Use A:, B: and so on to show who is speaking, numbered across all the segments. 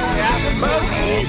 A: From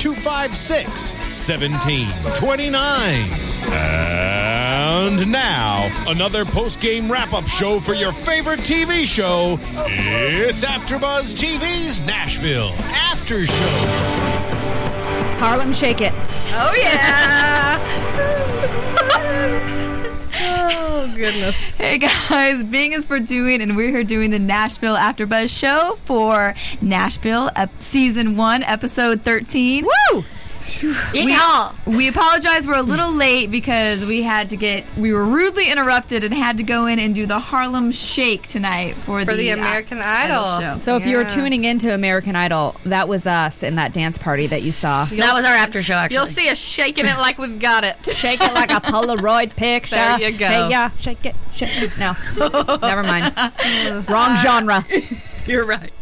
A: 256 1729. And now, another post game wrap up show for your favorite TV show. It's AfterBuzz TV's Nashville After Show.
B: Harlem Shake It.
C: Oh yeah.
B: Oh, goodness.
C: hey guys, Bing is for doing, and we're here doing the Nashville After Buzz show for Nashville ep- season one, episode thirteen.
B: Woo!
C: We, we apologize. We're a little late because we had to get. We were rudely interrupted and had to go in and do the Harlem Shake tonight for,
D: For the American Idol.
C: show.
B: So if you were
D: Yeah.
B: tuning into American Idol, that was us in that dance party that you saw.
E: That was our after show, actually.
D: You'll see us shaking it like we've got it.
B: Shake it like a Polaroid picture.
D: There you go.
B: Hey, yeah, shake it, shake it. No, never mind. Wrong genre.
D: You're right.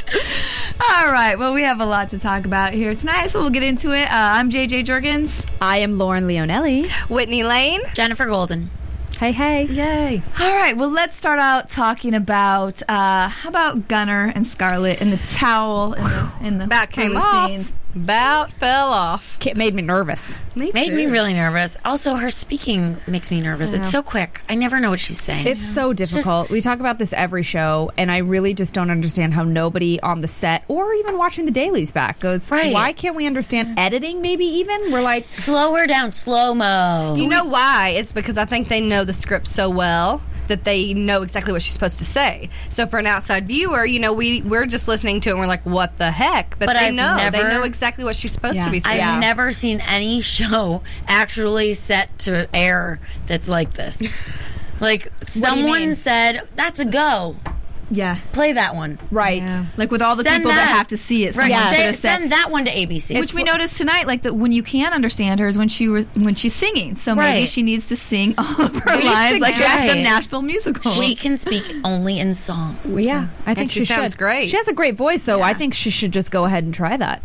C: All right. Well, we have a lot to talk about here tonight, so we'll get into it. Uh, I'm JJ Jurgens.
B: I am Lauren Leonelli.
D: Whitney Lane.
E: Jennifer Golden.
B: Hey, hey. Yay.
C: All right, well, let's start out talking about uh, how about Gunner and Scarlet and the towel and the, and the
D: About came
C: the
D: off.
C: scenes.
D: About fell off.
B: It made me nervous.
E: Made me really nervous. Also, her speaking makes me nervous. It's so quick. I never know what she's saying.
B: It's so difficult. we talk about this every show, and I really just don't understand how nobody on the set or even watching the dailies back goes,
E: Right.
B: why can't we understand editing, maybe even? We're like,
E: Slow her down, slow mo.
D: You know why? It's because I think they know the script so well that they know exactly what she's supposed to say. So for an outside viewer, you know, we we're just listening to it and we're like, what the heck? But,
E: But
D: they
E: I've
D: know. they
E: never-
D: know exactly what she's supposed to be
E: I've
D: saying.
E: never seen any show actually set to air that's like this. like someone said, "That's a go.
C: Yeah,
E: Play that one."
B: right.
C: like with all the
E: Send
C: people that.
E: that.
C: have to see it.
E: Right.
C: someone
E: Say-
C: should have said-
E: send that one to ABC.
C: which we noticed tonight, like that when you can understand her is when she was when she's singing. So maybe
E: Right.
C: she needs to sing all of her
E: We
C: lines, like
E: suggest-
C: some Nashville musical.
E: she can speak only in song.
B: Well, yeah, I think
D: she sounds
B: should.
D: great.
B: She has a great voice, so I think she should just go ahead and try that.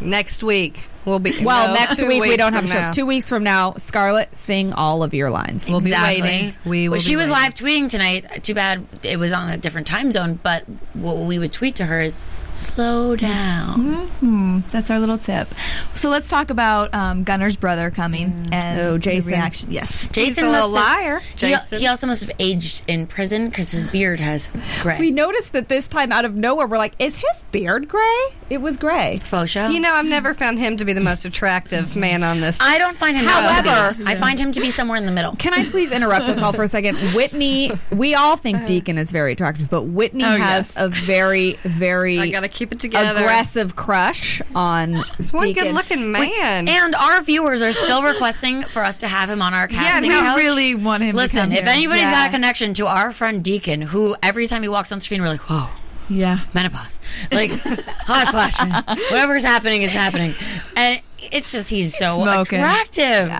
D: Next week we'll be
B: Well,
D: no,
B: next
D: two
B: week we
D: weeks
B: don't have
D: from
B: a show.
D: now.
B: Two weeks from now, Scarlett, sing all of your lines.
D: We'll
E: exactly.
D: be waiting. We will.
E: Well, she
D: be
E: was
D: waiting.
E: live tweeting tonight. Too bad it was on a different time zone. But what we would tweet to her is slow down.
C: That's our little tip. So let's talk about um, Gunner's brother coming and
B: Oh,
C: the
B: Jason.
C: reaction. Yes,
E: Jason
D: a little
E: must have-
D: liar,
E: he-
D: Jason.
E: He, also must have aged in prison because his beard has gray.
B: We noticed that this time out of nowhere, we're like, is his beard gray? It was gray.
E: Faux show.
D: You know, I've never found him to be the most attractive man on this.
E: I don't find him.
B: However-
E: However, I find him to be somewhere in the middle.
B: Can I please interrupt us all for a second? Whitney, we all
D: Uh-huh.
B: think Deacon is very attractive, but Whitney
C: Oh,
B: has
C: yes.
B: a very, very
D: I gotta keep it together.
B: aggressive crush on
D: It's one
B: Deacon.
D: good-looking man.
E: And our viewers are still requesting for us to have him on our casting
C: we
E: couch.
C: really want him to
E: Listen,
C: come
E: if
C: here.
E: anybody's
C: Yeah.
E: got a connection to our friend Deacon, who every time he walks on screen, we're like, whoa.
C: yeah.
E: menopause, like hot flashes, whatever's happening is happening, and it's just he's so
C: Smoking.
E: attractive.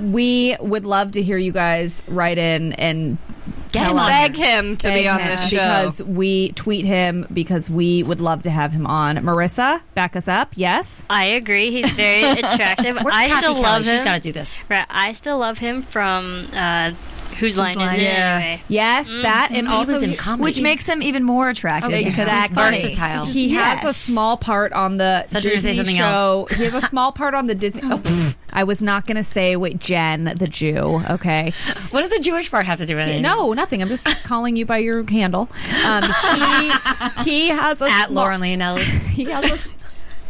B: We would love to hear you guys write in and
E: Get him
B: Tell
E: on.
B: us.
D: beg him to be on
B: Amen.
D: this show.
B: because we tweet him because we would love to have him on. Marissa, back us up. Yes,
F: I agree. He's very attractive.
E: Where's
F: I
E: Kathy
F: still
E: Kelly?
F: love
E: She's
F: him.
E: got to do this.
F: Right, I still love him from uh, Whose Line
C: Line?
F: Is It
D: Yeah.
F: Anyway?
B: yes,
D: Mm-hmm.
B: that and
E: He
B: also
E: was in
B: he-
E: comedy,
C: which makes him even more attractive because he's funny.
E: versatile.
B: He
C: Yes.
B: has a small part on the
E: Thought you were gonna say
B: Disney
E: something
B: show.
E: else.
B: He has a small part on the Disney. Oh, pff. I was not going to say wait, Jen the Jew. Okay,
E: what does the Jewish part have to do with it?
B: no, nothing. I'm just calling you by your handle. Um, he, he has a
E: at
B: small-
E: Lauren Leonelli.
B: He has a,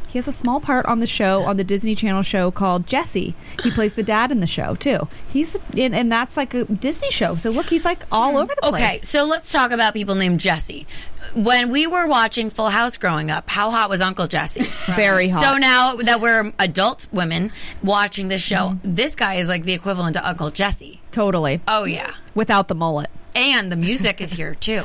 B: He has a small part on the show on the Disney Channel show called Jesse. He plays the dad in the show too. He's and, and that's like a Disney show. So look, he's like all over the place.
E: Hmm. Okay, so let's talk about people named Jesse. When we were watching Full House growing up, how hot was Uncle Jesse?
B: Very hot.
E: So now that we're adult women watching this show, this guy is like the equivalent to Uncle Jesse.
B: totally.
E: Oh yeah,
B: Without the mullet.
E: and the music is here too.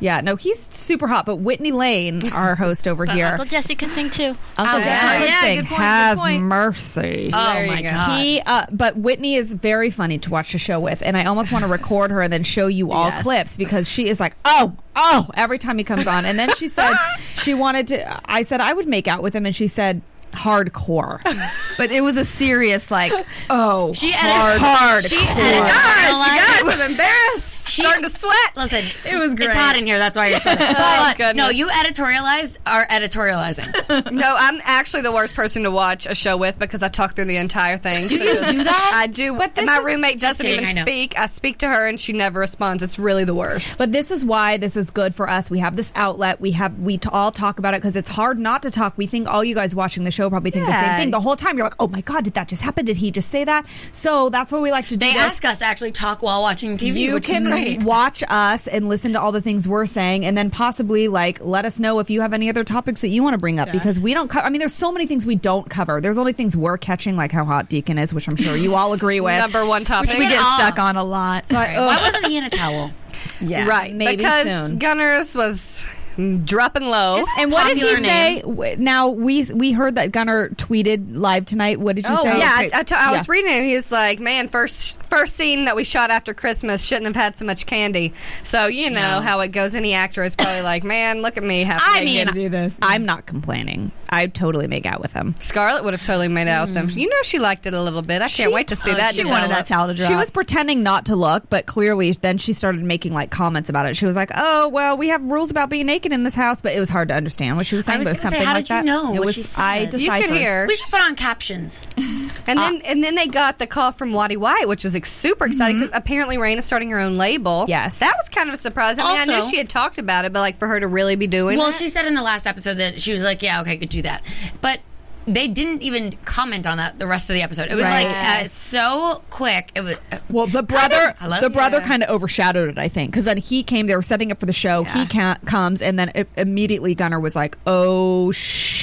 B: Yeah, no, he's super hot. But Whitney Lane, our host over
F: But
B: here,
F: Uh, Uncle Jesse can sing too.
B: Uncle
E: Oh,
B: Jesse
E: yeah.
B: would
C: Yeah,
B: sing,
C: good point, good
B: "Have
C: point."
B: mercy."
E: Oh
D: you
E: my
D: go.
E: god.
B: He, uh, but Whitney is very funny to watch the show with, and I almost want to record her and then show you all clips because she is like, oh, oh, every time he comes on. And then she said she wanted to. I said I would make out with him, and she said hardcore.
C: But it was a serious like.
B: Oh,
E: She edited
B: hard.
E: She edited.
C: guys, you guys, I'm embarrassed.
E: She-
C: Starting to sweat.
E: Listen,
C: It was great.
E: It's hot in here. That's why you're sweating.
B: Oh,
E: But, no,
C: goodness.
E: you editorialized are editorializing.
D: No, I'm actually the worst person to watch a show with because I talk through the entire thing. Do
E: you do that?
D: I do.
B: But this
D: my
B: is-
D: roommate doesn't
E: kidding, I
D: even
E: know.
D: speak. I speak to her and she never responds. It's really the worst.
B: But this is why this is good for us. We have this outlet. We have we t- all talk about it because it's hard not to talk. We think all you guys watching the show probably think the
C: Yeah.
B: same thing the whole time. You're like, oh my god, did that just happen? Did he just say that? So that's what we like to do.
E: They
B: That's-
E: ask us to actually talk while watching TV,
B: you
E: which
B: can
E: is great.
B: watch us and listen to all the things we're saying and then possibly like let us know if you have any other topics that you want to bring up because we don't co- i mean there's so many things we don't cover there's only things we're catching like how hot deacon is which i'm sure you all agree with
D: Number one topic.
C: We
E: But
C: get
E: all-
C: stuck on a lot.
B: But, uh,
E: Why wasn't he in a towel?
B: yeah,
D: right.
B: maybe
D: because
B: soon.
D: Gunners was dropping low.
B: and what did
E: popular
B: he say? W- Now we we heard that Gunner tweeted live tonight. What did you say?
D: Oh, yeah, I, I, t- I was
B: Yeah.
D: reading it. and He's like, man, first first scene that we shot after Christmas shouldn't have had so much candy. So you know how it goes. Any actor is probably like, man, look at me. Having
B: I
D: to
B: mean,
D: get to do this.
B: I'm not complaining. I totally make out with him.
D: Scarlett would have totally made out with them. You know, she liked it a little bit. I can't wait to see
E: oh,
D: that.
E: she
D: develop.
C: wanted that towel to drop.
B: She was pretending not to look, but clearly then she started making like comments about it. She was like, "Oh, well, we have rules about being naked in this house," but it was hard to understand what she was saying.
E: was
B: but
E: gonna say,
B: something
E: how
B: like
E: did you
B: that.
E: know
B: It
E: what
B: was
E: she said?
B: I
E: You could
B: deciphered.
D: You could hear,
E: We should put on captions.
D: and then and then they got the call from Waddy White, which is ex- super exciting because apparently Rain is starting her own label.
B: Yes.
D: that was kind of a surprise. I mean, I knew
E: Also-
D: she had talked about it, but like for her to really be doing
E: Well,
D: it,
E: she said in the last episode that she was like, "Yeah, okay, I could do that," but they didn't even comment on that the rest of the episode. It was like uh, so quick. It was uh,
B: Well, the brother,
E: Hello?
B: the brother, kind of overshadowed it, I think, because then he came. They were setting up for the show. He ca- comes, and then it, immediately Gunner was like, "Oh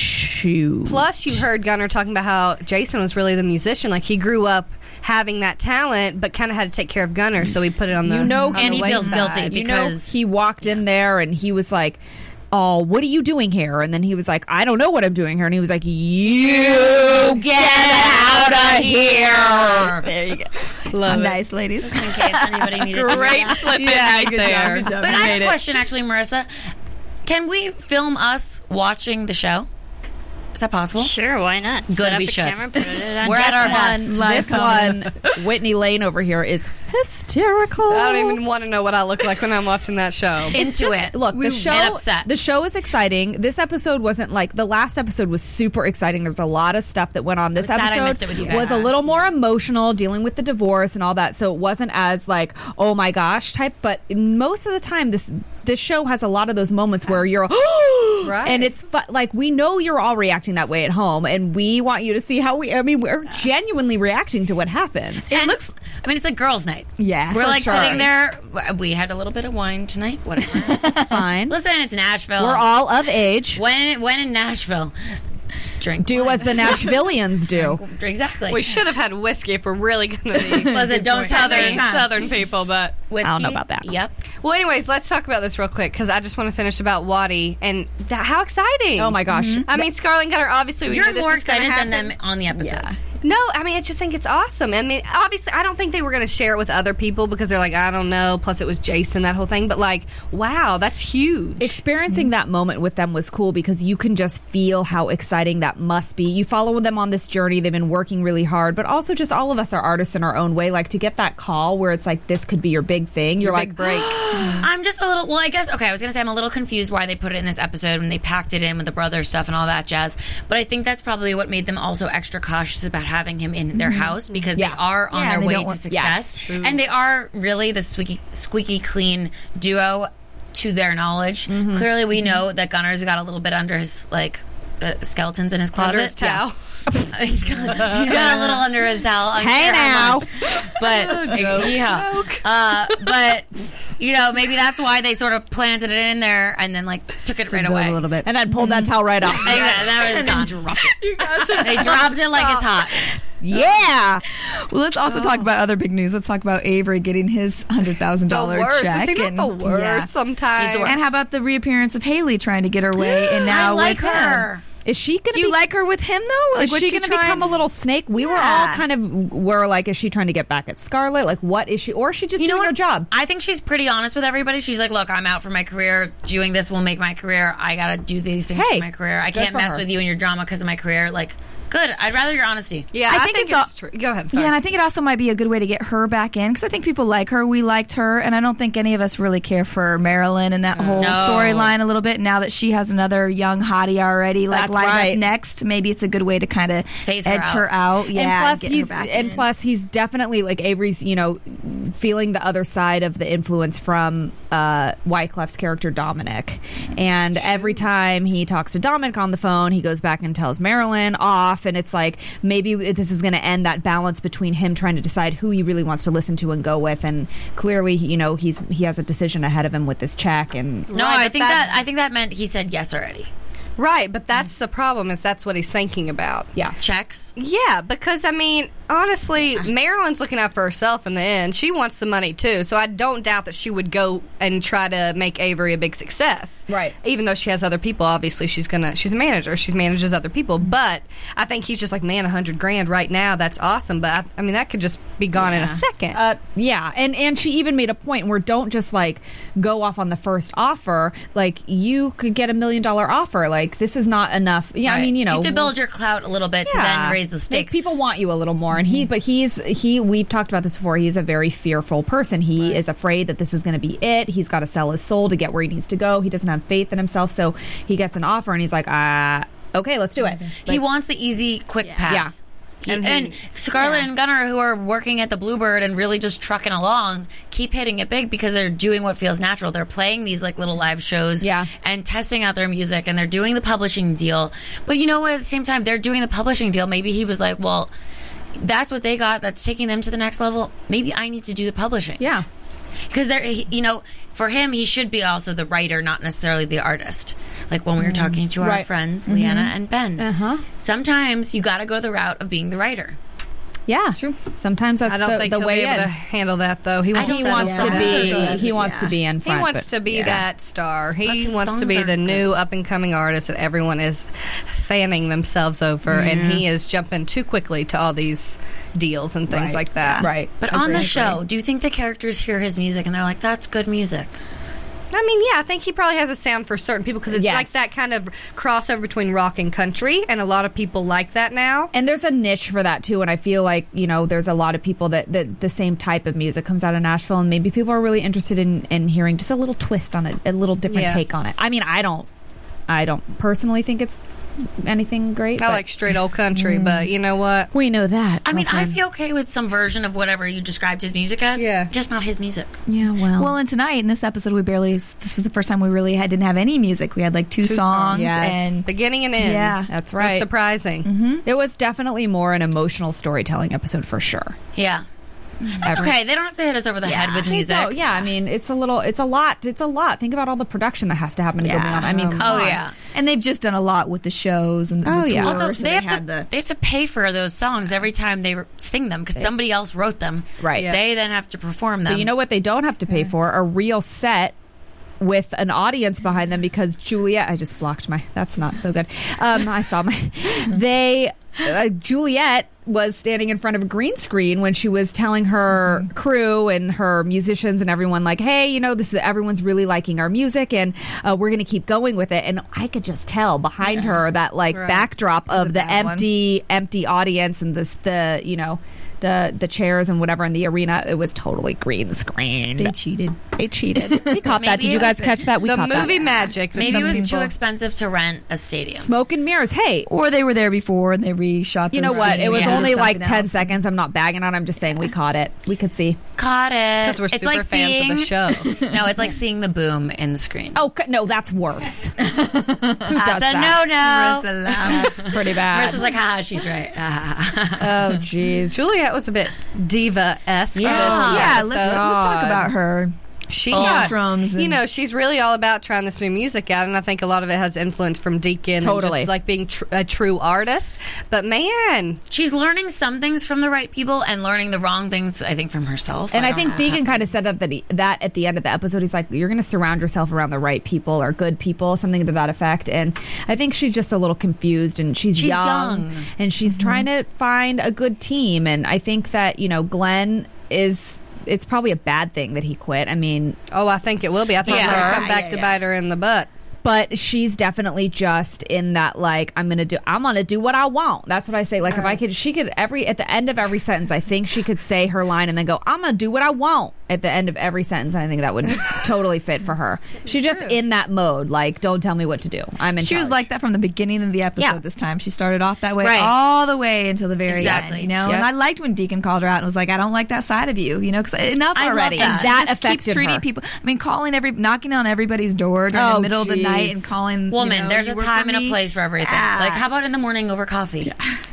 B: shoot!"
D: Plus, you heard Gunnar talking about how Jason was really the musician. Like he grew up having that talent, but kind of had to take care of Gunnar, so he put it on the.
B: you know,
D: on
E: and
D: the
E: he
D: wayside.
E: feels guilty
B: you know,
E: because
B: he walked in there and he was like. Oh, what are you doing here? And then he was like, I don't know what I'm doing here. And he was like, You
E: get out of here.
C: there you go.
D: Love it.
C: Nice, ladies.
E: In case anybody needed to know that.
C: slip yeah, good Job, good job.
E: But I
C: You
E: have
C: made
E: a
C: it.
E: question, actually, Marissa. Can we film us watching the show? Is that possible?
F: Sure, why not? Good, Set up
E: we
F: the
E: should.
F: Camera, put it on
E: We're at our
F: Jesse.
E: best.
C: Live
B: this
D: um,
C: comments.
B: one, Whitney Lane over here is hysterical.
D: I don't even want to know what I look like when I'm watching that show.
E: Into it.
B: Look, the show
E: get upset.
B: the show is exciting. This episode wasn't like the last episode was super exciting. There was a lot of stuff that went on. This
E: was sad I
B: episode
E: missed it with you guys.
B: was a little more emotional, dealing with the divorce and all that. So it wasn't as like, oh my gosh type. But most of the time, this this show has a lot of those moments where you're,
D: Right.
B: and it's fu- like we know you're all reacting that way at home, and we want you to see how we. I mean, we're genuinely reacting to what happens.
E: It looks. I mean, it's like girls' night.
C: Yeah,
E: we're
C: for
E: like
C: sure.
E: sitting there. We had a little bit of wine tonight. Whatever. It's
B: Fine,
E: Listen, it's Nashville.
B: we're all of age.
E: when when in Nashville. Drink.
B: Do
E: wine.
B: as the Nashvillians do.
E: exactly.
D: We should have had whiskey if we're really going to be
E: Listen, don't tell me.
D: southern, southern people, but
E: Whiskey.
B: I don't know about that.
E: Yep.
D: Well, anyways, let's talk about this real quick because I just want to finish about Wadi and that, how exciting! Mm-hmm.
B: Oh my gosh.
D: I mean, Scarlett and Gunnar obviously we knew
E: You're
D: this
E: more
D: was gonna
E: excited than
D: happen.
E: them on the episode.
C: Yeah.
D: No, I mean, I just think it's awesome. I mean, obviously, I don't think they were going to share it with other people because they're like, I don't know. Plus, it was Jason, that whole thing. But like, wow, that's huge.
B: experiencing
C: Mm-hmm.
B: that moment with them was cool because you can just feel how exciting that must be. You follow them on this journey. They've been working really hard, but also just all of us are artists in our own way. Like to get that call where it's like, this could be your big thing. You're like,
D: big break.
E: I'm just a little. Well, I guess okay. I was gonna say I'm a little confused why they put it in this episode when they packed it in with the brother stuff and all that jazz. But I think that's probably what made them also extra cautious about having him in their house because
B: Mm-hmm. Yeah.
E: they are on
B: Yeah,
E: their
B: they
E: way
B: don't
E: to
B: want-
E: success, and they are really the squeaky, squeaky clean
B: Mm-hmm.
E: duo to their knowledge. Clearly, we know that Gunner's got a little bit under his like uh, skeletons in his closet.
D: Under his towel.
E: Yeah. he's, got, he's got a little under his towel. I'm
B: Hey
E: sure
B: now.
E: how much. but yeah, uh, but you know maybe that's why they sort of planted it in there and then like took it right away.
D: a little bit.
B: And I'd pulled
C: Mm-hmm.
B: that towel right off.
E: Like that, that was gone.
C: You guys are
E: They dropped it like it's hot.
B: yeah.
C: Well, let's also talk about other big news. Let's talk about Avery getting his hundred thousand
D: the
C: dollar
D: worst.
C: check.
D: Is he not
C: and-
D: the worst
C: Yeah.
D: sometimes?
E: He's the worst.
C: And how about the reappearance of Haley trying to get her way? And now
E: I like
C: with him?
E: her.
B: Is she gonna
C: Do you
B: be
C: like her with him though? Like
B: is
C: what's
B: she, going to
C: trying
B: become a
C: to-
B: little snake? We were all
C: Yeah.
B: kind of were like, is she trying to get back at Scarlet? Like, what is she? Or is she just doing her job?
E: I think she's pretty honest with everybody. She's like, "Look, I'm out for my career. Doing this will make my career. I gotta do these things
B: Hey,
E: for my career. I
B: good
E: can't
B: for
E: mess
B: her.
E: with you and your drama because of my career. Like, good. I'd rather your honesty.
D: yeah, I, think, it's,
C: all-
D: true. Go ahead.
C: Yeah,
D: sorry.
C: and I think it also might be a good way to get her back in because I think people like her. We liked her, and I don't think any of us really care for Marilyn and that
B: Mm.
C: whole
E: No.
C: storyline a little bit. Now that she has another young hottie already, like
B: That's
C: lined
B: right.
C: up next, maybe it's a good way to kind of edge
E: Phase her out.
C: her out. Yeah,
B: and plus
C: get her
B: he's
C: back
B: and
C: in.
B: plus he's definitely like Avery's, you know, feeling the other side of the influence from uh, Wyclef's character Dominic. And every time he talks to Dominic on the phone, he goes back and tells Marilyn off, and it's like maybe this is going to end that balance between him trying to decide who he really wants to listen to and go with, and clearly, you know, he's he has a decision ahead of him with this check, and
E: No,
D: Right,
E: I
D: but
E: think that
D: that's-
E: I think that meant he said yes already.
D: right, but that's the problem. Is that's what he's thinking about?
B: yeah.
E: Checks.
D: Yeah, because I mean, honestly, Marilyn's looking out for herself in the end. She wants the money too, so I don't doubt that she would go and try to make Avery a big success.
B: Right.
D: Even though she has other people, obviously she's gonna. She's a manager. She manages other people, but I think he's just like, man, a hundred grand right now. That's awesome, but I, I mean, that could just be gone in a second.
B: Uh, yeah, and and she even made a point where don't just like go off on the first offer. Like you could get a million dollar offer. Like this is not enough. Yeah, I
E: Right.
B: mean you know
E: have to build your clout a little bit to
B: yeah.
E: then raise the stakes. Mm-hmm.
B: Like, people want you a little more, and he but he's he we've talked about this before. He's a very fearful person. He is afraid that this is going to be it. He's got to sell his soul to get where he needs to go. He doesn't have faith in himself, so he gets an offer and he's like, ah, okay, let's do it.
E: Mm-hmm. he wants the easy, quick path.
B: Yeah.
E: He-
D: And
E: and,
D: he-
E: Scarlett and Gunnar, who are working at the Bluebird and really just trucking along, keep hitting it big because they're doing what feels natural. They're playing these like little live shows,
B: Yeah.
E: and testing out their music, and they're doing the publishing deal. But you know what? At the same time, they're doing the publishing deal. Maybe he was like, "Well, that's what they got. That's taking them to the next level. Maybe I need to do the publishing."
B: Yeah.
E: because there he- you know for him he should be also the writer not necessarily the artist like when we were talking to our
B: Right. Mm-hmm.
E: friends leanna and ben
B: Uh-huh.
E: sometimes you gotta go the route of being the writer
B: Yeah, true. Sometimes that's
D: I don't
B: the,
D: think
B: the
D: he'll
B: way
D: be able
B: in.
D: to handle that though. He, won't
B: he
D: settle
B: wants
D: for
B: to
D: that.
B: be. He wants
C: Yeah.
B: to be in
D: He
B: front.
D: wants
B: but-
D: to be
B: yeah.
D: that star.
E: Plus,
D: He
E: his
D: wants to
E: songs
D: be
E: aren't
D: the
E: good.
D: new up and coming artist that everyone is fanning themselves over, and he is jumping too quickly to all these deals and
B: Right.
D: things like that.
B: Right.
E: but on the show do you think the characters hear his music and they're like that's good music
D: I mean, yeah, I think he probably has a sound for certain people because it's
B: Yes.
D: like that kind of crossover between rock and country, and a lot of people like that now.
B: and there's a niche for that too and i feel like you know there's a lot of people that, that the same type of music comes out of nashville and maybe people are really interested in, in hearing just a little twist on it a little different
D: Yeah.
B: take on it i mean i don't i don't personally think it's anything great
D: I
B: but Mm.
D: like straight old country, but you know what?
B: we know that
E: i mean
B: my
E: i'd
B: friend.
E: be okay with some version of whatever you described his music as
D: Yeah.
E: just not his music
B: yeah well,
C: Well, and tonight in this episode, we barely. This was the first time we really had, didn't have any music. We had like two, songs,
B: songs. Yes.
C: and
D: Beginning and end.
C: Yeah.
B: that's
D: That's
B: right Mm-hmm.
D: surprising.
B: it was definitely more an emotional storytelling episode for sure
E: yeah that's
B: Every-
E: okay they don't have to hit us over the head with
B: I think
E: music
B: so, yeah i mean it's a little it's a lot it's a lot think about all the production that has to happen to go
C: Yeah.
B: beyond i mean
C: Um,
B: come
E: oh
B: on.
E: yeah
C: and they've just done a lot with the shows and the
B: Oh,
C: tour,
B: yeah.
E: also,
C: so
E: they, have to
C: had the
E: they have to pay for those songs every time they re- sing them because somebody else wrote them.
B: Right. Yeah.
E: They then have to perform them.
B: But you know what they don't have to pay for? A real set with an audience behind them because Juliet, I just blocked my, that's not so good. Um, I saw my, they, uh, Juliet was standing in front of a green screen when she was telling her crew and her musicians and everyone like, hey, you know, this is, everyone's really liking our music and uh, we're going to keep going with it. And I could just tell behind her that like
D: Right.
B: backdrop of the
C: bad one.
B: empty, empty audience and this, the, you know, the, the chairs and whatever in the arena, it was totally green screen.
C: they cheated.
B: They cheated. We caught that.
E: Maybe
B: Did you
E: it
B: guys
E: was-
B: catch that? We
D: The
B: caught
D: movie
B: that.
D: magic. that
E: Maybe
D: some
E: it was
D: people-
E: too expensive to rent a stadium.
B: Smoke and mirrors. Hey,
C: Or they were there before and they reshot.
B: you know
C: those
B: what? It
C: scenes.
B: was
E: Yeah.
B: only like
C: something
B: 10
C: else.
B: seconds. I'm not bagging on. it. I'm just saying we caught it. We could see.
E: Caught it.
D: Because we're
E: it's
D: super
E: like
D: fans
E: seeing,
D: of the show.
E: No, it's like seeing the boom in the screen.
B: Oh, c- no, that's worse. Who does
E: that's a
B: that?
E: no no.
C: Ursula.
B: It's pretty bad.
E: Marissa's like, haha, she's right. Ah.
B: oh, jeez.
D: Juliet was a bit diva esque.
E: Yeah.
C: yeah, let's, let's talk
B: God.
C: about her.
D: She
C: Oh.
D: got,
C: Drums and-
D: you know, she's really all about trying this new music out, and I think a lot of it has influence from Deacon,
B: Totally.
D: and just like being tr- a true artist. But man,
E: she's learning some things from the right people and learning the wrong things, I think, from herself.
B: And I,
E: don't
B: think
E: know.
B: Deegan kind of said that that, he, that at the end of the episode, he's like, "You're going to surround yourself around the right people or good people, something to that effect." And I think she's just a little confused, and she's,
E: She's
B: young,
E: young. Mm-hmm.
B: and she's trying to find a good team. And I think that you know, Glenn is. It's probably a bad thing that he quit. I mean,
D: oh, I think it will be. I think it's
E: Yeah.
D: going to come back to bite her in the butt.
B: but she's definitely just in that like I'm gonna do I'm gonna do what I want. That's what I say. Like if I could, she could every at the end of every sentence. I think she could say her line and then go I'm gonna do what I want at the end of every sentence. And I think that would totally fit for her. She's just in that mode. Like don't tell me what to do. I'm in.
C: She was
B: charge.
C: like that from the beginning of the episode
B: Yeah.
C: this time. She started off that way
E: Right.
C: all the way until the very
E: Exactly.
C: end, you know?
B: Yeah.
C: And I liked when Deacon called her out and was like, I don't like that side of you, you know, because enough
E: I love
C: already.
B: And that
E: that.
C: She just keeps
B: affected
C: treating
B: her.
C: people. I mean, calling every, knocking on everybody's door during
B: Oh,
C: the middle of the
B: geez.
C: night and calling. you
E: Woman,
C: know,
E: there's
C: "You
E: a
C: work
E: time
C: for
E: and a
C: me?"
E: place for everything.
C: Yeah.
E: Like, how about in the morning over coffee?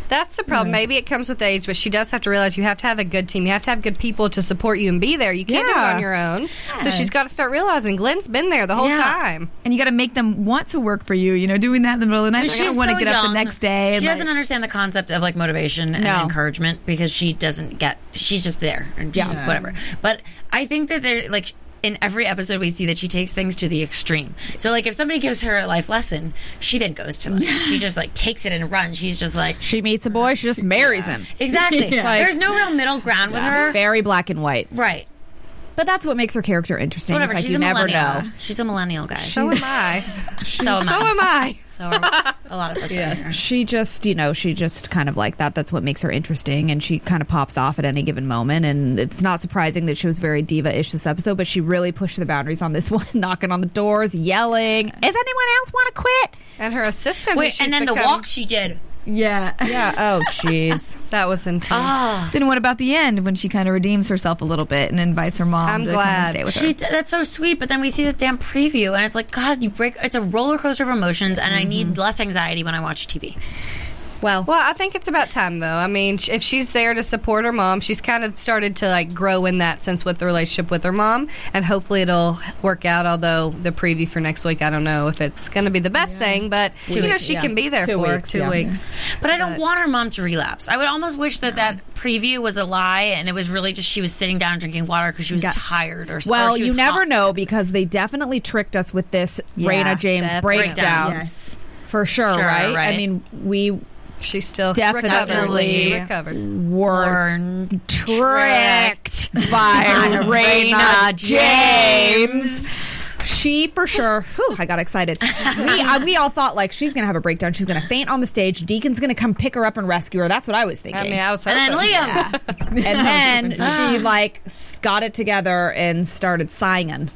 D: That's the
E: Mm.
D: problem. Maybe it comes with age, but she does have to realize you have to have a good team. You have to have good people to support you and be there. You can't do
B: Yeah.
D: it on your own. So she's got to start realizing Glenn's been there the whole
E: Yeah.
D: time.
C: and you got to make them want to work for you, you know, doing that in the middle of the night.
E: But
C: They're going to want to
E: so
C: get up the
E: young.
C: next day. and,
E: She
C: like-
E: doesn't understand the concept of like motivation and
B: No.
E: encouragement because she doesn't get. She's just there and she,
B: Yeah.
E: whatever. But I think that they're like. In every episode, we see that she takes things to the extreme. So, like, if somebody gives her a life lesson, she then goes to, like, she just like takes it and runs. She's just like,
B: she meets a boy, she just marries him.
E: exactly.
B: Like-
E: There's no real middle ground with her.
B: Very black and white.
E: Right.
B: But that's what makes her character interesting.
E: Whatever.
B: It's like
E: She's
B: you
E: a
B: never
E: millennial.
B: know.
E: She's a millennial, guys.
D: So am I.
E: so am
D: So
E: I.
D: am I.
E: So are a lot of us are here.
B: She just, you know, she just kind of like that. That's what makes her interesting. And she kind of pops off at any given moment. And it's not surprising that she was very diva ish this episode, but she really pushed the boundaries on this one, knocking on the doors, yelling, Does anyone else want to quit?
D: And her assistant. who
E: Wait,
D: she's
E: and then the
D: become-
E: walk she did.
C: yeah.
B: Yeah. Oh, jeez.
D: That was intense.
E: Oh.
C: Then what about the end when she kind of redeems herself a little bit and invites her mom
D: I'm
C: to come and
D: glad.
C: stay with her?
E: She, that's so sweet, but then we see the damn preview, and it's like, God, you break. It's a roller coaster of emotions, and I need less anxiety when I watch TV.
B: Well,
D: Well, I think it's about time, though. I mean, sh- if she's there to support her mom, she's kind of started to like grow in that sense with the relationship with her mom, and hopefully it'll work out. Although the preview for next week, I don't know if it's going to be the best thing, but you know
E: weeks,
D: she
B: yeah.
D: can be there
B: Two
D: for her
B: weeks,
D: two
B: yeah.
D: weeks.
E: But I don't want her mom to relapse. I would almost wish that that preview was a lie, and it was really just she was sitting down drinking water because she was
C: Yes.
E: tired or something.
B: well, you never know because they definitely tricked us with this
C: Yeah,
B: Raina James
D: that
B: breakdown.
E: breakdown.
C: Yes.
B: For sure,
E: Sure,
B: right? I
E: right.
B: mean, we
D: She's still
B: Definitely.
D: recovered. She recovered.
B: were
E: Born
B: tricked by Raina James. She for sure. Whew, I got excited. We I, we all thought like she's gonna have a breakdown. She's gonna faint on the stage. Deacon's gonna come pick her up and rescue her. That's what I was thinking.
D: I mean, I was
E: and
D: hoping.
E: then Liam.
B: and then she like s- got it together and started sighing.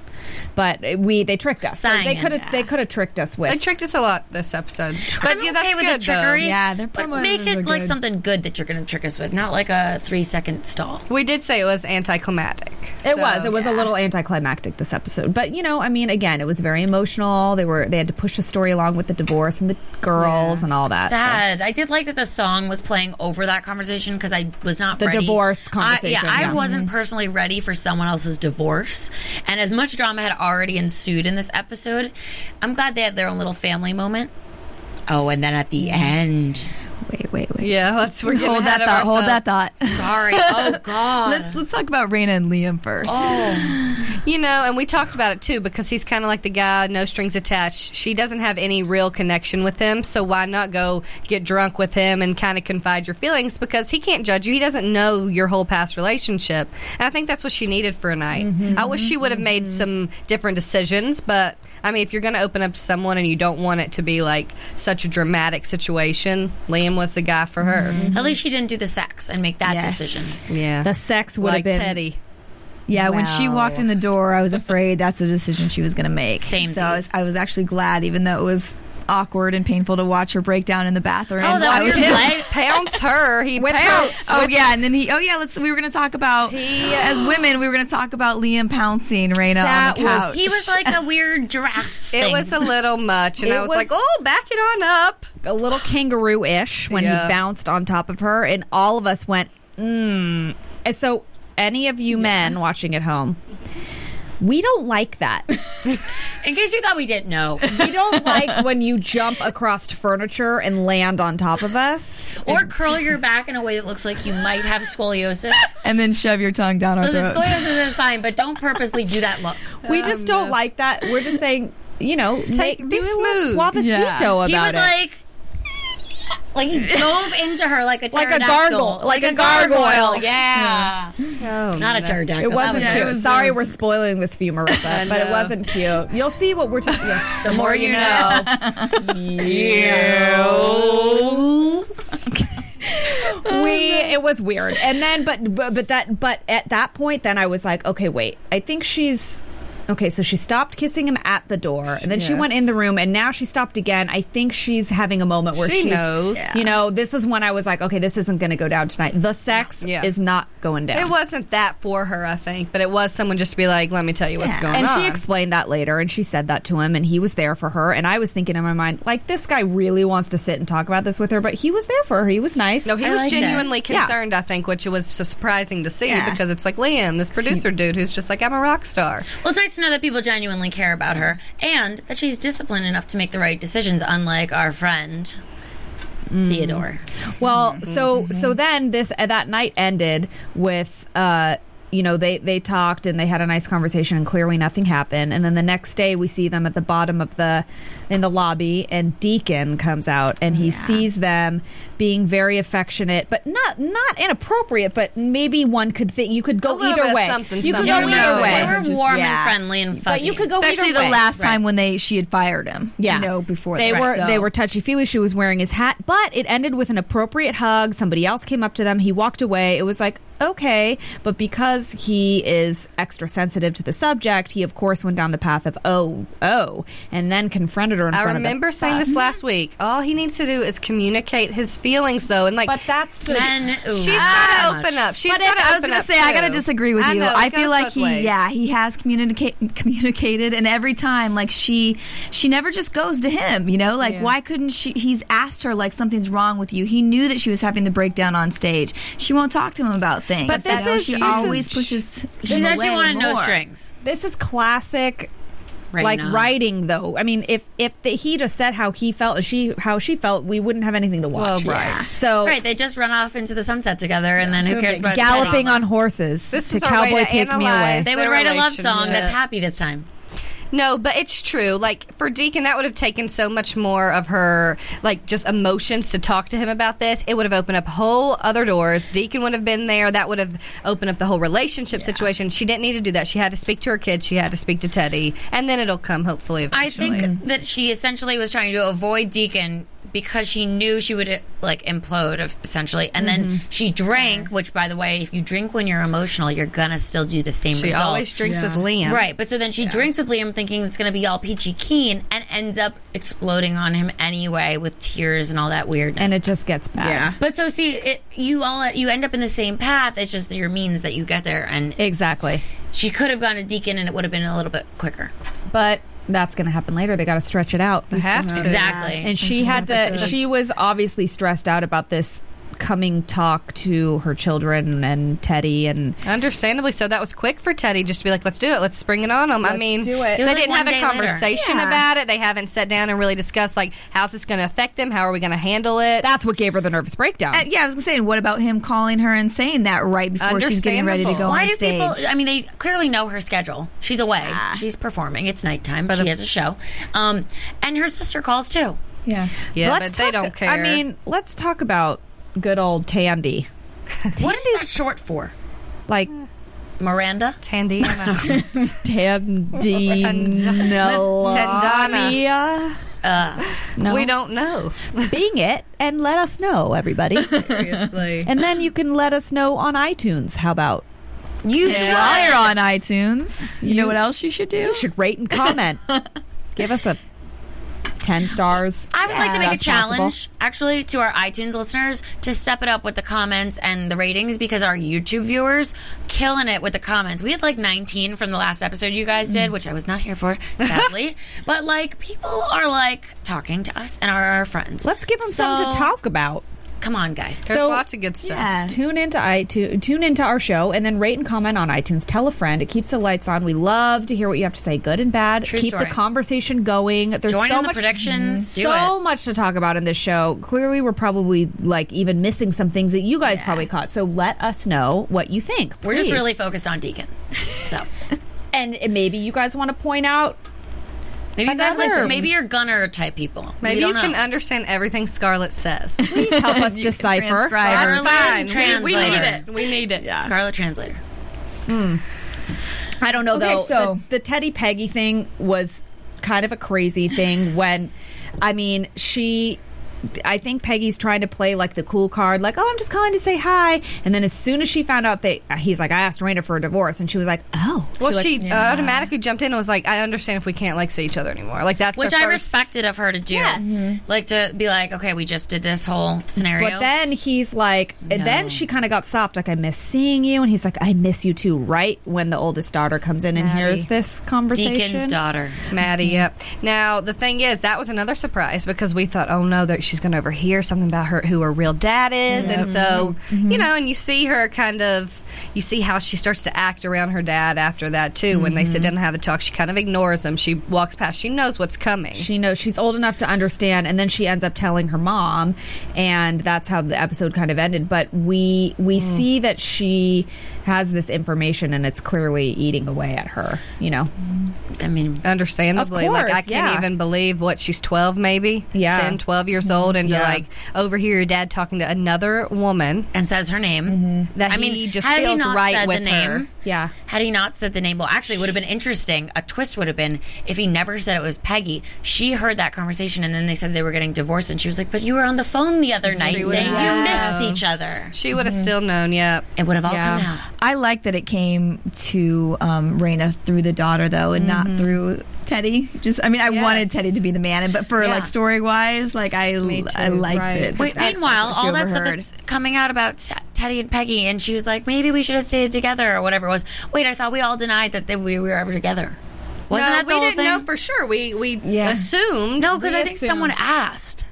B: But we they tricked us. So they
E: Sighing,
B: could have they could have tricked us with.
D: They tricked us a lot this episode,
E: I'm
D: but yeah, that's
E: okay with
D: good
E: the trickery.
D: though.
C: Yeah, their
E: but
C: promos
E: make
C: are
E: it like
C: good.
E: something good that you're going to trick us with, not like a three second stall.
D: We did say it was anticlimactic.
B: It
D: so-
B: was. It was a little anticlimactic this episode, but you know, I mean, again, it was very emotional. They were they had to push the story along with the divorce and the girls and all that. so-
E: Sad. I did like that the song was playing over that conversation because I was not
B: The
E: ready.
B: divorce
E: I-
B: conversation,
E: yeah, I
B: yeah.
E: wasn't personally ready for someone else's divorce, and as much drama had already ensued in this episode, I'm glad they had their own little family moment. Oh, and then at the end,
C: Wait, wait, wait.
D: Yeah, let's we're
C: Hold that thought. Hold that thought.
E: sorry. oh
C: Let's
E: God.
C: let's talk about Raina and Liam first.
B: Oh,
D: You know, and we talked about it too because he's kind of like the guy, no strings attached. She doesn't have any real connection with him, so why not go get drunk with him and kind of confide your feelings because he can't judge you. He doesn't know your whole past relationship. And I think that's what she needed for a night. I wish she would have made some different decisions, but I mean, if you're going to open up to someone and you don't want it to be like such a dramatic situation, Liam was the guy for her.
E: At least she didn't do the sex and make that
C: Yes.
E: decision.
D: Yeah.
B: The sex would
D: like
B: have been
D: Teddy.
C: Yeah, when she walked in the door, I was afraid that's the decision she was going to make.
E: Samesies.
C: So I was, I was actually glad, even though it was awkward and painful to watch her break down in the bathroom.
D: Oh,
C: I
D: that was
C: was
D: him.
C: just-
D: Pounce her. He pounced.
C: Oh yeah, and then he. Oh yeah, let's. We were gonna talk about as women. We were gonna talk about Liam pouncing Raina
B: That
C: on the
B: was-
C: couch.
E: He was like a weird giraffe.
D: It
E: thing.
D: was a little much, and
B: It
D: I was,
B: was-
D: like, "Oh, back it on up."
B: a little kangaroo ish when
D: Yeah.
B: he bounced on top of her, and all of us went, mmm. And so, any of you men watching at home, we don't like that.
E: In case you thought we didn't know,
B: We don't like when you jump across furniture and land on top of us.
E: or curl your back in a way that looks like you might have scoliosis.
C: and then shove your tongue down our
E: Listen,
C: throats.
E: scoliosis is fine, but don't purposely do that look.
B: We just don't like that. We're just saying, you know, make,
D: Take- be
B: do a little suavecito
D: smooth.
C: Yeah. He
B: about
E: he was
B: it.
E: like. Like he dove into her like a
B: Like a
E: pterodactyl.
B: gargle- like a gargoyle.
E: Yeah.
D: Oh,
E: not a pterodactyl.
B: it wasn't
E: That
B: cute.
E: was-
B: Sorry, we're spoiling this for you, Marissa, but it
D: know.
B: wasn't cute. You'll see what we're talking. about.
E: The more you know.
B: we it was weird and then but, but but that but at that point then i was like okay wait i think she's okay so she stopped kissing him at the door and then she went
C: Yes.
B: in the room and now she stopped again i think she's having a moment where
D: She
B: she's-
D: knows.
B: you know this is when i was like okay this isn't going to go down tonight the sex
D: Yeah.
B: is not going down
D: It wasn't that for her, I think, but it was someone just to be like, "Let me tell you what's going
B: and
D: on."
B: she explained that later and she said that to him and he was there for her and i was thinking in my mind like this guy really wants to sit and talk about this with her but he was there for her he was nice
D: no, he
E: I
D: was
E: like that.
D: genuinely
B: Yeah.
D: concerned, I think, which was su- surprising to see
C: Yeah.
D: because it's like Liam, this producer dude, who's just like, "I'm a rock star."
E: Well, it's nice to know that people genuinely care about her and that she's disciplined enough to make the right decisions, unlike our friend Theodore.
B: Mm. Well,
D: Mm-hmm.
B: so so then this uh, that night ended with uh you know they they talked and they had a nice conversation and clearly nothing happened and then the next day we see them at the bottom of the in the lobby and Deacon comes out and he sees them being very affectionate but not not inappropriate but maybe one could think you could go
D: little
B: either
D: bit
B: way
D: something,
B: you could go
D: something.
B: either
D: No, no,
B: way
D: it
E: We're
C: wasn't just-
E: warm
C: yeah.
E: and friendly and fuzzy.
B: but you could go
C: Especially
B: either
C: the
B: way.
C: last time when they she had fired him.
B: Yeah.
C: You know, before
B: they
C: that.
B: were
C: So-
B: they were touchy feely. She was wearing his hat, but it ended with an appropriate hug. Somebody else came up to them. He walked away. It was like okay, but because he is extra sensitive to the subject, he of course went down the path of oh oh, and then confronted her in
D: I
B: front
D: remember
B: of the
D: saying
B: bus.
D: this last week. All he needs to do is communicate his feelings, though, and like
B: But that's the
E: Then, ooh,
D: she's
E: ah,
D: got to
E: much.
D: open up. She's
C: But if-
D: got to
C: I was
D: open
C: gonna
D: up.
C: say I gotta
D: too.
C: disagree with you.
D: know, it
C: I feel
D: goes
C: like
D: both
C: he,
D: ways.
C: yeah, he has communicate communicated, and every time, like she, she never just goes to him. You know, like why couldn't she? He's asked her like something's wrong with you. He knew that she was having the breakdown on stage. She won't talk to him about things.
B: But
C: You
B: this
C: know,
B: is-
C: she
B: this
C: always
B: is-
C: pushes.
E: She
C: him
E: said she
C: away
E: wanted no
C: more.
E: strings.
B: this is classic
E: Right
B: like
E: now.
B: writing though i mean if if the, he just said how he felt and she how she felt we wouldn't have anything to watch
D: Well, right.
B: so
E: Right, they just run off into the sunset together, and then who cares about
B: galloping
E: drama?
B: on horses
D: This
B: to
D: is our way
B: cowboy
D: to
B: take me away
D: analyze
E: They would
D: their
E: write a love song
D: relationship.
E: that's happy this time.
D: No, but it's true. Like for Deacon, that would have taken so much more of her, like just emotions to talk to him about this. It would have opened up whole other doors. Deacon would have been there. That would have opened up the whole relationship situation. She didn't need to do that. She had to speak to her kid. She had to speak to Teddy, and then it'll come hopefully.
E: I
D: Eventually.
E: think that she essentially was trying to avoid Deacon because she knew she would like implode of- essentially, and then she drank. Which, by the way, if you drink when you're emotional, you're gonna still do the same.
D: she
E: result.
D: always drinks with Liam.
E: Right, but so then she drinks with Liam, thinking it's going to be all peachy keen, and ends up exploding on him anyway with tears and all that weirdness.
B: and it just gets bad
D: Yeah.
E: but so see, it, you all you end up in the same path. It's just your means that you get there, and
B: Exactly.
E: she could have gone to Deacon, and it would have been a little bit quicker.
B: But that's going to happen later. They got to stretch it out.
D: have to.
E: Exactly.
B: And she had to, she was obviously stressed out about this coming talk to her children and Teddy. And
D: Understandably so. That was quick for Teddy just to be like, let's do it. Let's spring it on them. I
B: Let's
D: mean,
B: do it. It
D: they
B: was
E: like
D: didn't
E: one
D: have a
E: day later.
D: conversation
C: Yeah.
D: about it. They haven't sat down and really discussed, like, how's this going to affect them? How are we going to handle it?
B: that's what gave her the nervous breakdown.
C: Uh, yeah, I was gonna say, what about him calling her and saying that right before she's getting ready to go
D: Understandable.
E: Why
C: on
E: do
C: stage?
E: people? I mean, they clearly know her schedule. She's away.
B: Ah.
E: She's performing. It's nighttime. She has a show, um, and her sister calls too.
C: yeah,
D: yeah, but they
B: talk-
D: don't care.
B: I mean, let's talk about good old Tandy.
E: What is that short for?
B: Like,
E: Miranda.
D: Tandy. I don't know.
B: Tandy.
D: Tendana.
B: no.
D: We don't know.
B: Bing it and let us know, everybody.
D: Seriously.
B: and then you can let us know on iTunes. How about?
C: you while you're on iTunes, you, know what else you should do?
B: You should rate and comment. Give us a ten stars.
E: I would like to
B: if
E: make a
B: that's possible.
E: challenge, actually, to our iTunes listeners to step it up with the comments and the ratings because our YouTube viewers killing it with the comments. We had like 19 from the last episode you guys
B: Mm.
E: did, which I was not here for, sadly. but like, people are like talking to us and are our friends.
B: Let's give them something to
E: So,
B: talk about.
E: Come on, guys.
D: There's
B: So-
D: lots of good stuff.
C: Yeah.
B: Tune into i to, tune into our show and then rate and comment on iTunes. Tell a friend. It keeps the lights on. We love to hear what you have to say, good and bad.
E: True
B: Keep
E: story.
B: the conversation going. There's
E: Join
B: so
E: in the
B: much
E: predictions. Do
B: so
E: it.
B: much to talk about in this show. Clearly, we're probably like even missing some things that you guys probably caught. So let us know what you think.
E: We're just
B: please.
E: really focused on Deacon. So
B: and and maybe you guys want to point out.
E: maybe you guys like
B: Another-
E: maybe you're gunner type people.
D: Maybe
E: We don't
D: you can
E: know.
D: understand everything Scarlett says.
B: Please help us decipher.
E: Scarlett
D: That's fine. We, we need
E: translator.
D: it. We need it.
E: Scarlet translator.
B: I don't know
C: Okay,
B: though.
C: so-
B: the, the Teddy Peggy thing was kind of a crazy thing when, I mean, she. I think Peggy's trying to play like the cool card, like, oh, I'm just calling to say hi. And then as soon as she found out that he's like, I asked Raina for a divorce, and she was like, oh.
D: Well,
B: like,
D: she uh, automatically jumped in and was like, "I understand if we can't like see each other anymore. Like that's
E: which
D: her
E: I
D: first-
E: respected of her to do.
B: Yes.
E: Like to be like, okay, we just did this whole scenario.
B: But then he's like, and then
E: No.
B: she kind of got soft, like, I miss seeing you. And he's like, I miss you too, right? When the oldest daughter comes in and
D: Maddie.
B: hears this conversation.
E: Deacon's daughter.
D: Maddie.
B: Mm-hmm.
D: Yep. Now the thing is, that was another surprise because we thought, "Oh no, that she's going to overhear something about her who her real dad is," and so
B: Mm-hmm.
D: you know, and you see her kind of, you see how she starts to act around her dad after that too. When they sit
B: Mm-hmm.
D: down and have the talk, she kind of ignores him. She walks past. She knows what's coming.
B: She knows she's old enough to understand, and then she ends up telling her mom, and that's how the episode kind of ended. But we we
E: Mm.
B: see that she has this information, and it's clearly eating away at her. You know,
E: Mm. I mean,
D: understandably like
B: course,
D: i can't
B: yeah.
D: even believe what she's 12 maybe
B: Yeah. Mm-hmm.
D: 10 12 years old and to
B: Yeah.
D: like overhear your dad talking to another woman
E: and says her name.
D: Mm-hmm. that
E: I mean,
D: he just
E: had he
D: feels
E: not
D: right
E: said
D: with
E: the name,
D: her
B: yeah.
E: Had he not said the name, well, actually, it would have been interesting. A twist would have been if he never said it was Peggy. She heard that conversation, and then they said they were getting divorced, and she was like, "But you were on the phone the other night,
D: would
E: saying
D: have-
E: you missed each other."
D: she would have
B: Mm-hmm.
D: still known yeah
E: It would have all
B: Yeah.
E: come out.
C: I like that it came to um, Raina through the daughter though, and
B: Mm-hmm.
C: not through Teddy. Just, I mean, I
D: Yes.
C: wanted Teddy to be the man, but for like story wise, like I, I liked
B: right.
C: it.
E: Wait,
C: That-
E: meanwhile,
C: that's what she
E: all that stuff
C: overheard.
E: that's coming out about T- Teddy and Peggy, and she was like, "Maybe we should have stayed together," or whatever it was. Wait, I thought we all denied that they, we were ever together. Wasn't
D: no,
E: that the
D: Uh, we
E: whole
D: didn't
E: thing?
D: know for sure. We we
C: Yeah.
D: assumed.
E: No, because I think someone asked.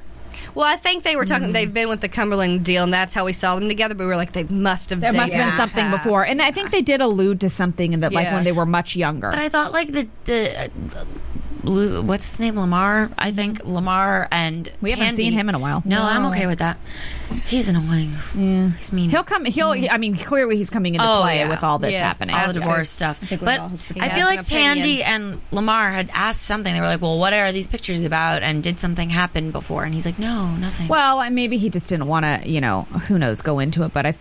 D: Well, I think they were talking. They've been with the Cumberland deal, and that's how we saw them together. But we were like, they must have.
B: There must have
D: dated
B: been something
D: past.
B: before, and I think they did allude to something in that, like
D: Yeah.
B: when they were much younger.
E: But I thought like the the. Uh, Lu- What's his name? Lamar, I think Lamar and
B: We haven't
E: Tandy.
B: seen him in a while.
E: No, I'm okay with that. He's annoying. He's mean.
B: he'll come. He'll. I mean, clearly he's coming into
E: Oh,
B: play
E: yeah.
B: with all this
D: Yes.
B: happening.
E: all the divorce stuff.
B: we've
E: But
B: all had
E: I
D: Yeah,
E: feel
D: an
E: like Tandy and Lamar had asked something. They were like, "Well, what are these pictures about?" And did something happen before? And he's like, "No, nothing."
B: Well, and maybe he just didn't want to, you know, who knows, go into it. But I,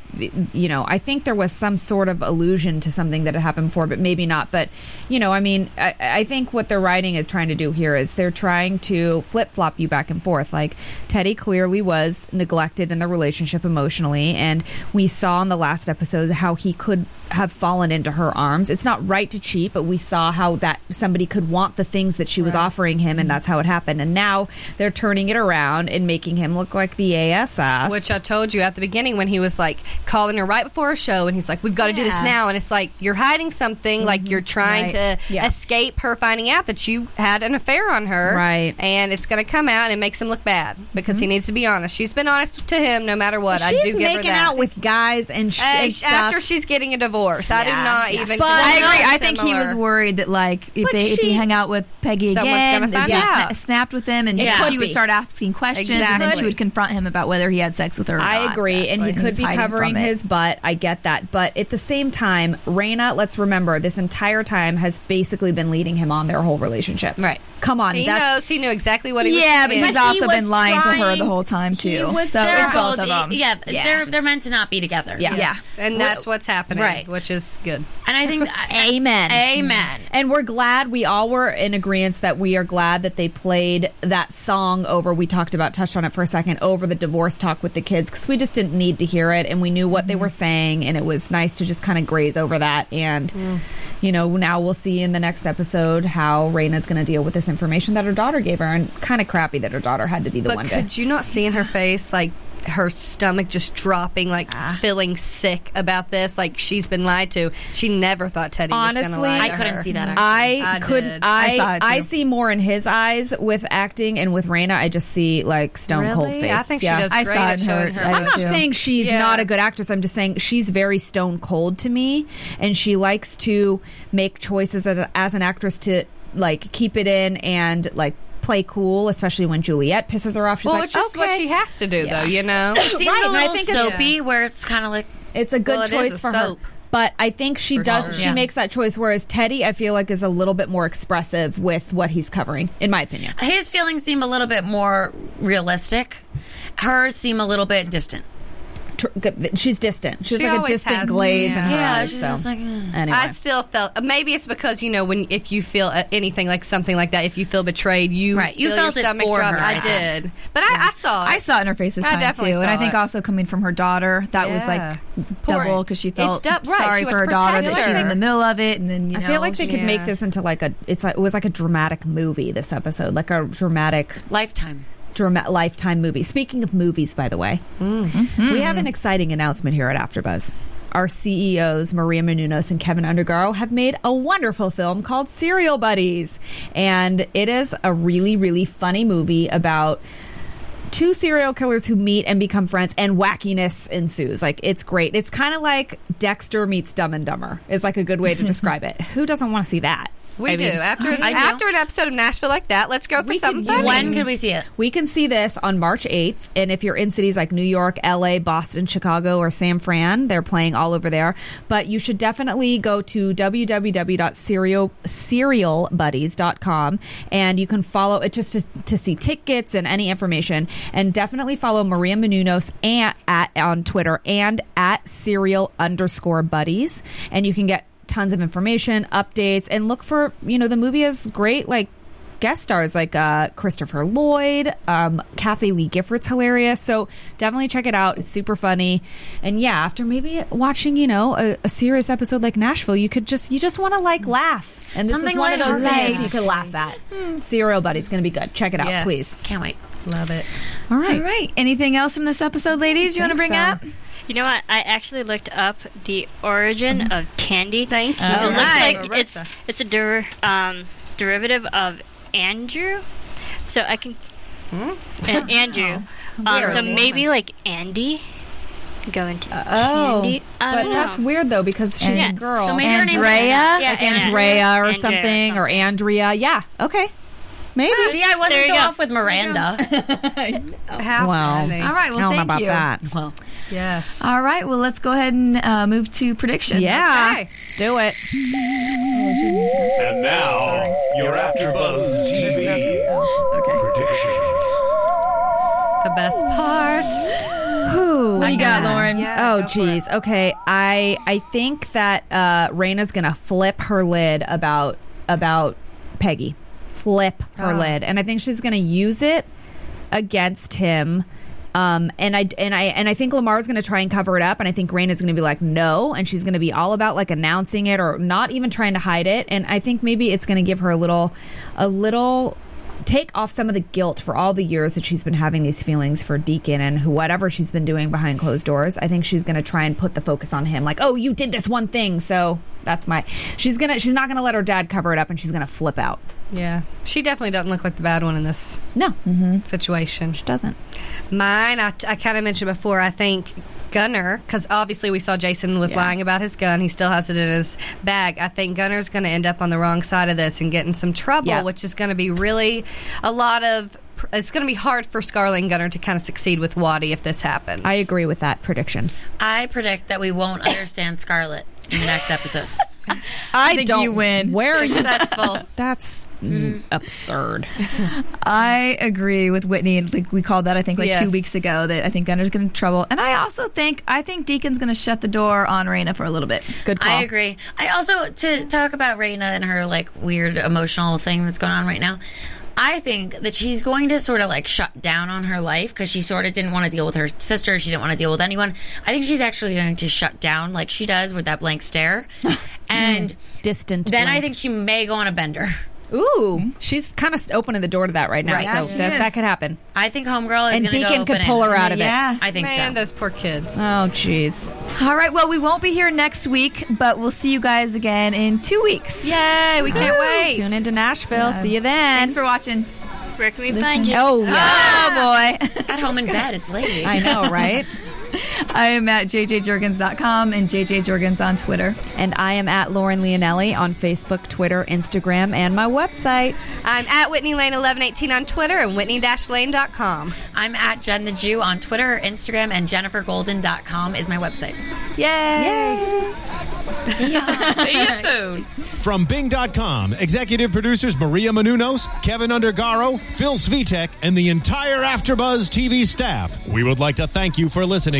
B: you know, I think there was some sort of allusion to something that had happened before, but maybe not. But you know, I mean, I, I think what the writing is trying to do here is they're trying to flip flop you back and forth. Like Teddy clearly was neglected in the relationship emotionally, and we saw in the last episode how he could have fallen into her arms. It's not right to cheat, but we saw how that somebody could want the things that she was offering him, and that's how it happened. And now they're turning it around and making him look like the ASS.
D: Which uh, I told you at the beginning when he was like calling her right before a show, and he's like, "We've got to do this
C: Yeah.
D: now," and it's like you're hiding something, like you're trying
C: Right.
D: to
B: Mm-hmm. Yeah.
D: escape her finding out that you had an affair on her,
B: Right. Mm-hmm.
D: And it's going to come out and it makes him look bad because he needs to be honest. She's been honest to him no matter what. I
B: she's
D: do give
B: making
D: her that.
B: out with guys and, sh-
D: Hey,
B: and
D: sh-
B: stuff.
D: after she's getting a divorce, I do
C: Yeah.
D: not even.
B: But-
C: I
B: Well,
C: agree. I think he
D: similar.
C: was worried that like if
B: But
C: they if
B: she-
C: he hung out with Peggy
D: Someone's
C: again,
D: gonna find
C: if he sna-
D: out.
C: snapped with him, and
E: Yeah.
C: she would start asking questions, and then
D: Exactly.
C: she would confront him about whether he had sex with her. Or
B: I
C: not.
B: agree, and he
C: Exactly.
B: could
C: was
B: be
C: hiding
B: covering
C: from it.
B: his butt. I get that, but at the same time, Raina, let's remember this entire time has basically been leading him on their whole relationship.
E: Right.
B: Come on,
D: He
B: that's
D: knows. He knew exactly what he was.
C: Yeah, but
D: doing.
C: he's also
B: was
C: been lying to her
B: trying-
C: the whole time
B: he
C: too.
B: was
C: so
E: They're
C: it's both of them.
E: Yeah,
C: Yeah.
E: they're they're meant to not be together.
B: Yeah.
C: yeah.
D: and that's what's happening,
E: Right.
D: Which is good.
E: and I think
C: Amen.
E: amen.
B: And we're glad we all were in agreement that we are glad that they played that song over. We talked about, touched on it for a second, over the divorce talk with the kids because we just didn't need to hear it and we knew what they were saying. And it was nice to just kind of graze over that. And, you know, now we'll see in the next episode how Raina's going to deal with this information that her daughter gave her, and kind of crappy that her daughter had to be the one.
D: But
B: to,
D: could you not see in her face, like her stomach just dropping, like feeling sick about this? Like she's been lied to. She never thought Teddy was
B: Honestly,
D: going to lie. to
B: I
E: couldn't
D: her.
E: see that, actually.
B: I,
D: I did.
B: couldn't.
D: I
B: I
D: saw
B: I,
D: it, too.
B: see more in his eyes with acting and with Raina. I just see like stone cold
D: Really?
B: face.
D: I think she
B: Yeah.
D: does
C: I
D: great
C: saw
D: at
C: it in
D: showing
C: her- I
D: her.
B: I'm not
C: too.
B: saying she's
D: Yeah.
B: not a good actress. I'm just saying she's very stone cold to me, and she likes to make choices as, a- as an actress to like keep it in and like play cool, especially when Juliet pisses her off. She's
D: well,
B: like,
D: which is what
B: "Okay."
D: she has to do, though. You know,
E: It seems
B: Right,
E: a
B: and I
E: little
B: think it's-
E: soapy, where it's kind of like
B: It's a good
D: Well, it is
B: choice
D: a
B: for
D: soap.
B: her. But I think she
D: For
B: does.
D: sure.
B: She
E: Yeah.
B: makes that choice. Whereas Teddy, I feel like, is a little bit more expressive with what he's covering, in my opinion.
E: his feelings seem a little bit more realistic. Hers seem a little bit distant.
B: Tr- g- She's distant. She's
D: She
B: like a
D: always
B: distant
D: has-
B: glaze in her
E: Yeah,
B: eyes.
E: she's
B: so.
E: just like, eh. "Ugh."
B: anyway,
D: I still felt maybe it's because you know when if you feel uh, anything like something like that, if you feel betrayed, you
E: Right, you
D: feel
E: felt it
D: your stomach
E: for
D: drop.
E: her, I
D: I
E: think.
D: did, but I, I saw. It.
C: I saw it in her face this
D: I
C: time
D: definitely
C: too, and
D: saw
C: I think
D: it.
C: also coming from her daughter, that was
D: Yeah.
C: like
D: Poor-
C: double because she
D: It's
C: felt
D: dou- right,
C: sorry
D: she was
C: for her daughter that
D: protective.
C: she's in the middle of it, and then you
B: I
C: know,
B: feel like they
C: she-
B: could make
D: Yeah.
B: this into like a. It's like, it was like a dramatic movie. This episode, like a dramatic,
E: Lifetime.
B: drama, lifetime movie. Speaking of movies, by the way,
D: Mm-hmm.
B: we have an exciting announcement here at AfterBuzz. Our CEOs Maria Menounos and Kevin Undergaro have made a wonderful film called Serial Buddies, and it is a really, really funny movie about two serial killers who meet and become friends and wackiness ensues like it's great it's kind of like dexter meets dumb and dumber is like a good way to describe it who doesn't want to see that
D: we
B: I
D: do
B: mean,
D: after
E: I do.
D: after an episode of Nashville like that. Let's go for
B: We
D: something.
B: could use-
D: funny.
E: When could we see it?
B: we can see this on March 8th. And if you're in cities like New York, LA, Boston, Chicago, or San Fran, they're playing all over there. But you should definitely go to www.serialbuddies.com and you can follow it just to, to see tickets and any information. And definitely follow Maria Menounos and, at, on Twitter and at serial underscore buddies. And you can get tons of information, updates, and look for, you know, the movie is great. Like, guest stars like uh, Christopher Lloyd, um, Kathy Lee Gifford's hilarious. So definitely check it out. It's super funny. And yeah, after maybe watching, you know, a, a serious episode like Nashville, you could just you just want to like laugh. And this
E: Something
B: is one of those
E: lighthearted.
B: things you could laugh at. Serial Buddy's going to be good. Check it out,
D: Yes.
B: please.
E: Can't wait.
D: Love it.
C: All right, all right. Anything else from this episode, ladies? You want to bring
B: so.
C: up?
F: You know what? I actually looked up the origin of candy.
D: Thank you.
F: It
D: Marissa.
F: looks like it's it's a der- um, derivative of Andrew, so I can uh, Andrew. Um, so
D: Weird.
F: maybe like Andy. Go into
B: Oh,
F: candy. I
B: but
F: don't
B: that's
F: know.
B: weird though because she's
F: Yeah.
B: a girl.
E: So maybe her name's
C: Andrea.
E: Andrea.
F: Yeah,
B: like
F: Andrea.
B: Andrea or
F: Andrea or
B: something or Andrea. Yeah. Okay. Maybe.
E: See, I wasn't
F: There
E: so
F: you go.
E: off with Miranda.
D: How
B: Well,
D: funny.
C: All right.
B: I
C: Well,
B: don't know
C: thank
B: about
C: you.
B: that.
E: well,
D: Yes.
C: All right. Well, let's go ahead and uh, move to predictions.
B: Yeah.
D: Okay.
B: Do it.
G: And now, your AfterBuzz TV predictions.
D: The best part.
B: Who
C: What do you got, Lauren?
D: Yeah,
B: Oh
D: go for
B: geez. Okay. I I think that uh Raina's gonna flip her lid about about Peggy. Flip
D: Ah.
B: her lid. And I think she's gonna use it against him. Um, and I and I and I think Lamar's going to try and cover it up, and I think Rain is going to be like no, and she's going to be all about like announcing it or not even trying to hide it. And I think maybe it's going to give her a little, a little take off some of the guilt for all the years that she's been having these feelings for Deacon and who whatever she's been doing behind closed doors. I think she's going to try and put the focus on him, like oh you did this one thing, so that's my. She's gonna she's not going to let her dad cover it up, and she's going to flip out.
D: Yeah. She definitely doesn't look like the bad one in this
B: No,
D: situation.
B: she doesn't.
D: Mine, I, I kind of mentioned before, I think Gunner, because obviously we saw Jason was lying about his gun. He still has it in his bag. I think Gunner's going to end up on the wrong side of this and get in some trouble,
B: Yeah.
D: which is going to be really a lot of. It's going to be hard for Scarlet and Gunner to kind of succeed with Waddy if this happens.
B: I agree with that prediction.
E: I predict that we won't understand Scarlet in the next episode.
B: I,
C: think don't- you win.
B: Where are you?
D: Successful.
B: That's mm, absurd.
C: I agree with Whitney. Like we called that, I think, like
D: Yes.
C: two weeks ago. That I think Gunner's going to trouble, and I also think I think Deacon's going to shut the door on Raina for a little bit.
B: Good call.
E: I agree. I also to talk about Raina and her like weird emotional thing that's going on right now. I think that she's going to sort of like shut down on her life because she sort of didn't want to deal with her sister. She didn't want to deal with anyone. I think she's actually going to shut down like she does with that blank stare. and
B: Distant.
E: then I
B: blank.
E: think she may go on a bender.
B: Ooh, she's kind of opening the door to that right now.
E: Right.
B: So
E: Yeah,
D: she
B: that,
D: is.
B: that could happen.
E: I think Homegirl is
B: And
E: gonna go
B: Deacon could
E: bananas.
B: pull her out of
C: Yeah.
E: I think so.
D: Man, those poor kids.
B: it. Oh, jeez.
C: All right. Well, we won't be here next week, but we'll see you guys again in two weeks.
D: Yay, we can't wait.
B: Tune into Nashville. See you
C: Thanks
B: then.
C: for watching.
F: Where can we find you?
B: oh,
C: Oh boy.
B: yeah.
E: At home in bed, it's late.
B: I know, right?
C: I am at jjjurgens.com and jjjurgens on Twitter.
B: and I am at Lauren Leonelli on Facebook, Twitter, Instagram, and my website.
D: I'm at Whitney Lane 1118 on Twitter and whitney-lane.com.
E: I'm at Jen the Jew on Twitter, Instagram, and jennifergolden.com is my website.
D: See you soon.
A: From Bing.com, executive producers Maria Manunos, Kevin Undergaro, Phil Svitek, and the entire Afterbuzz TV staff. We would like to thank you for listening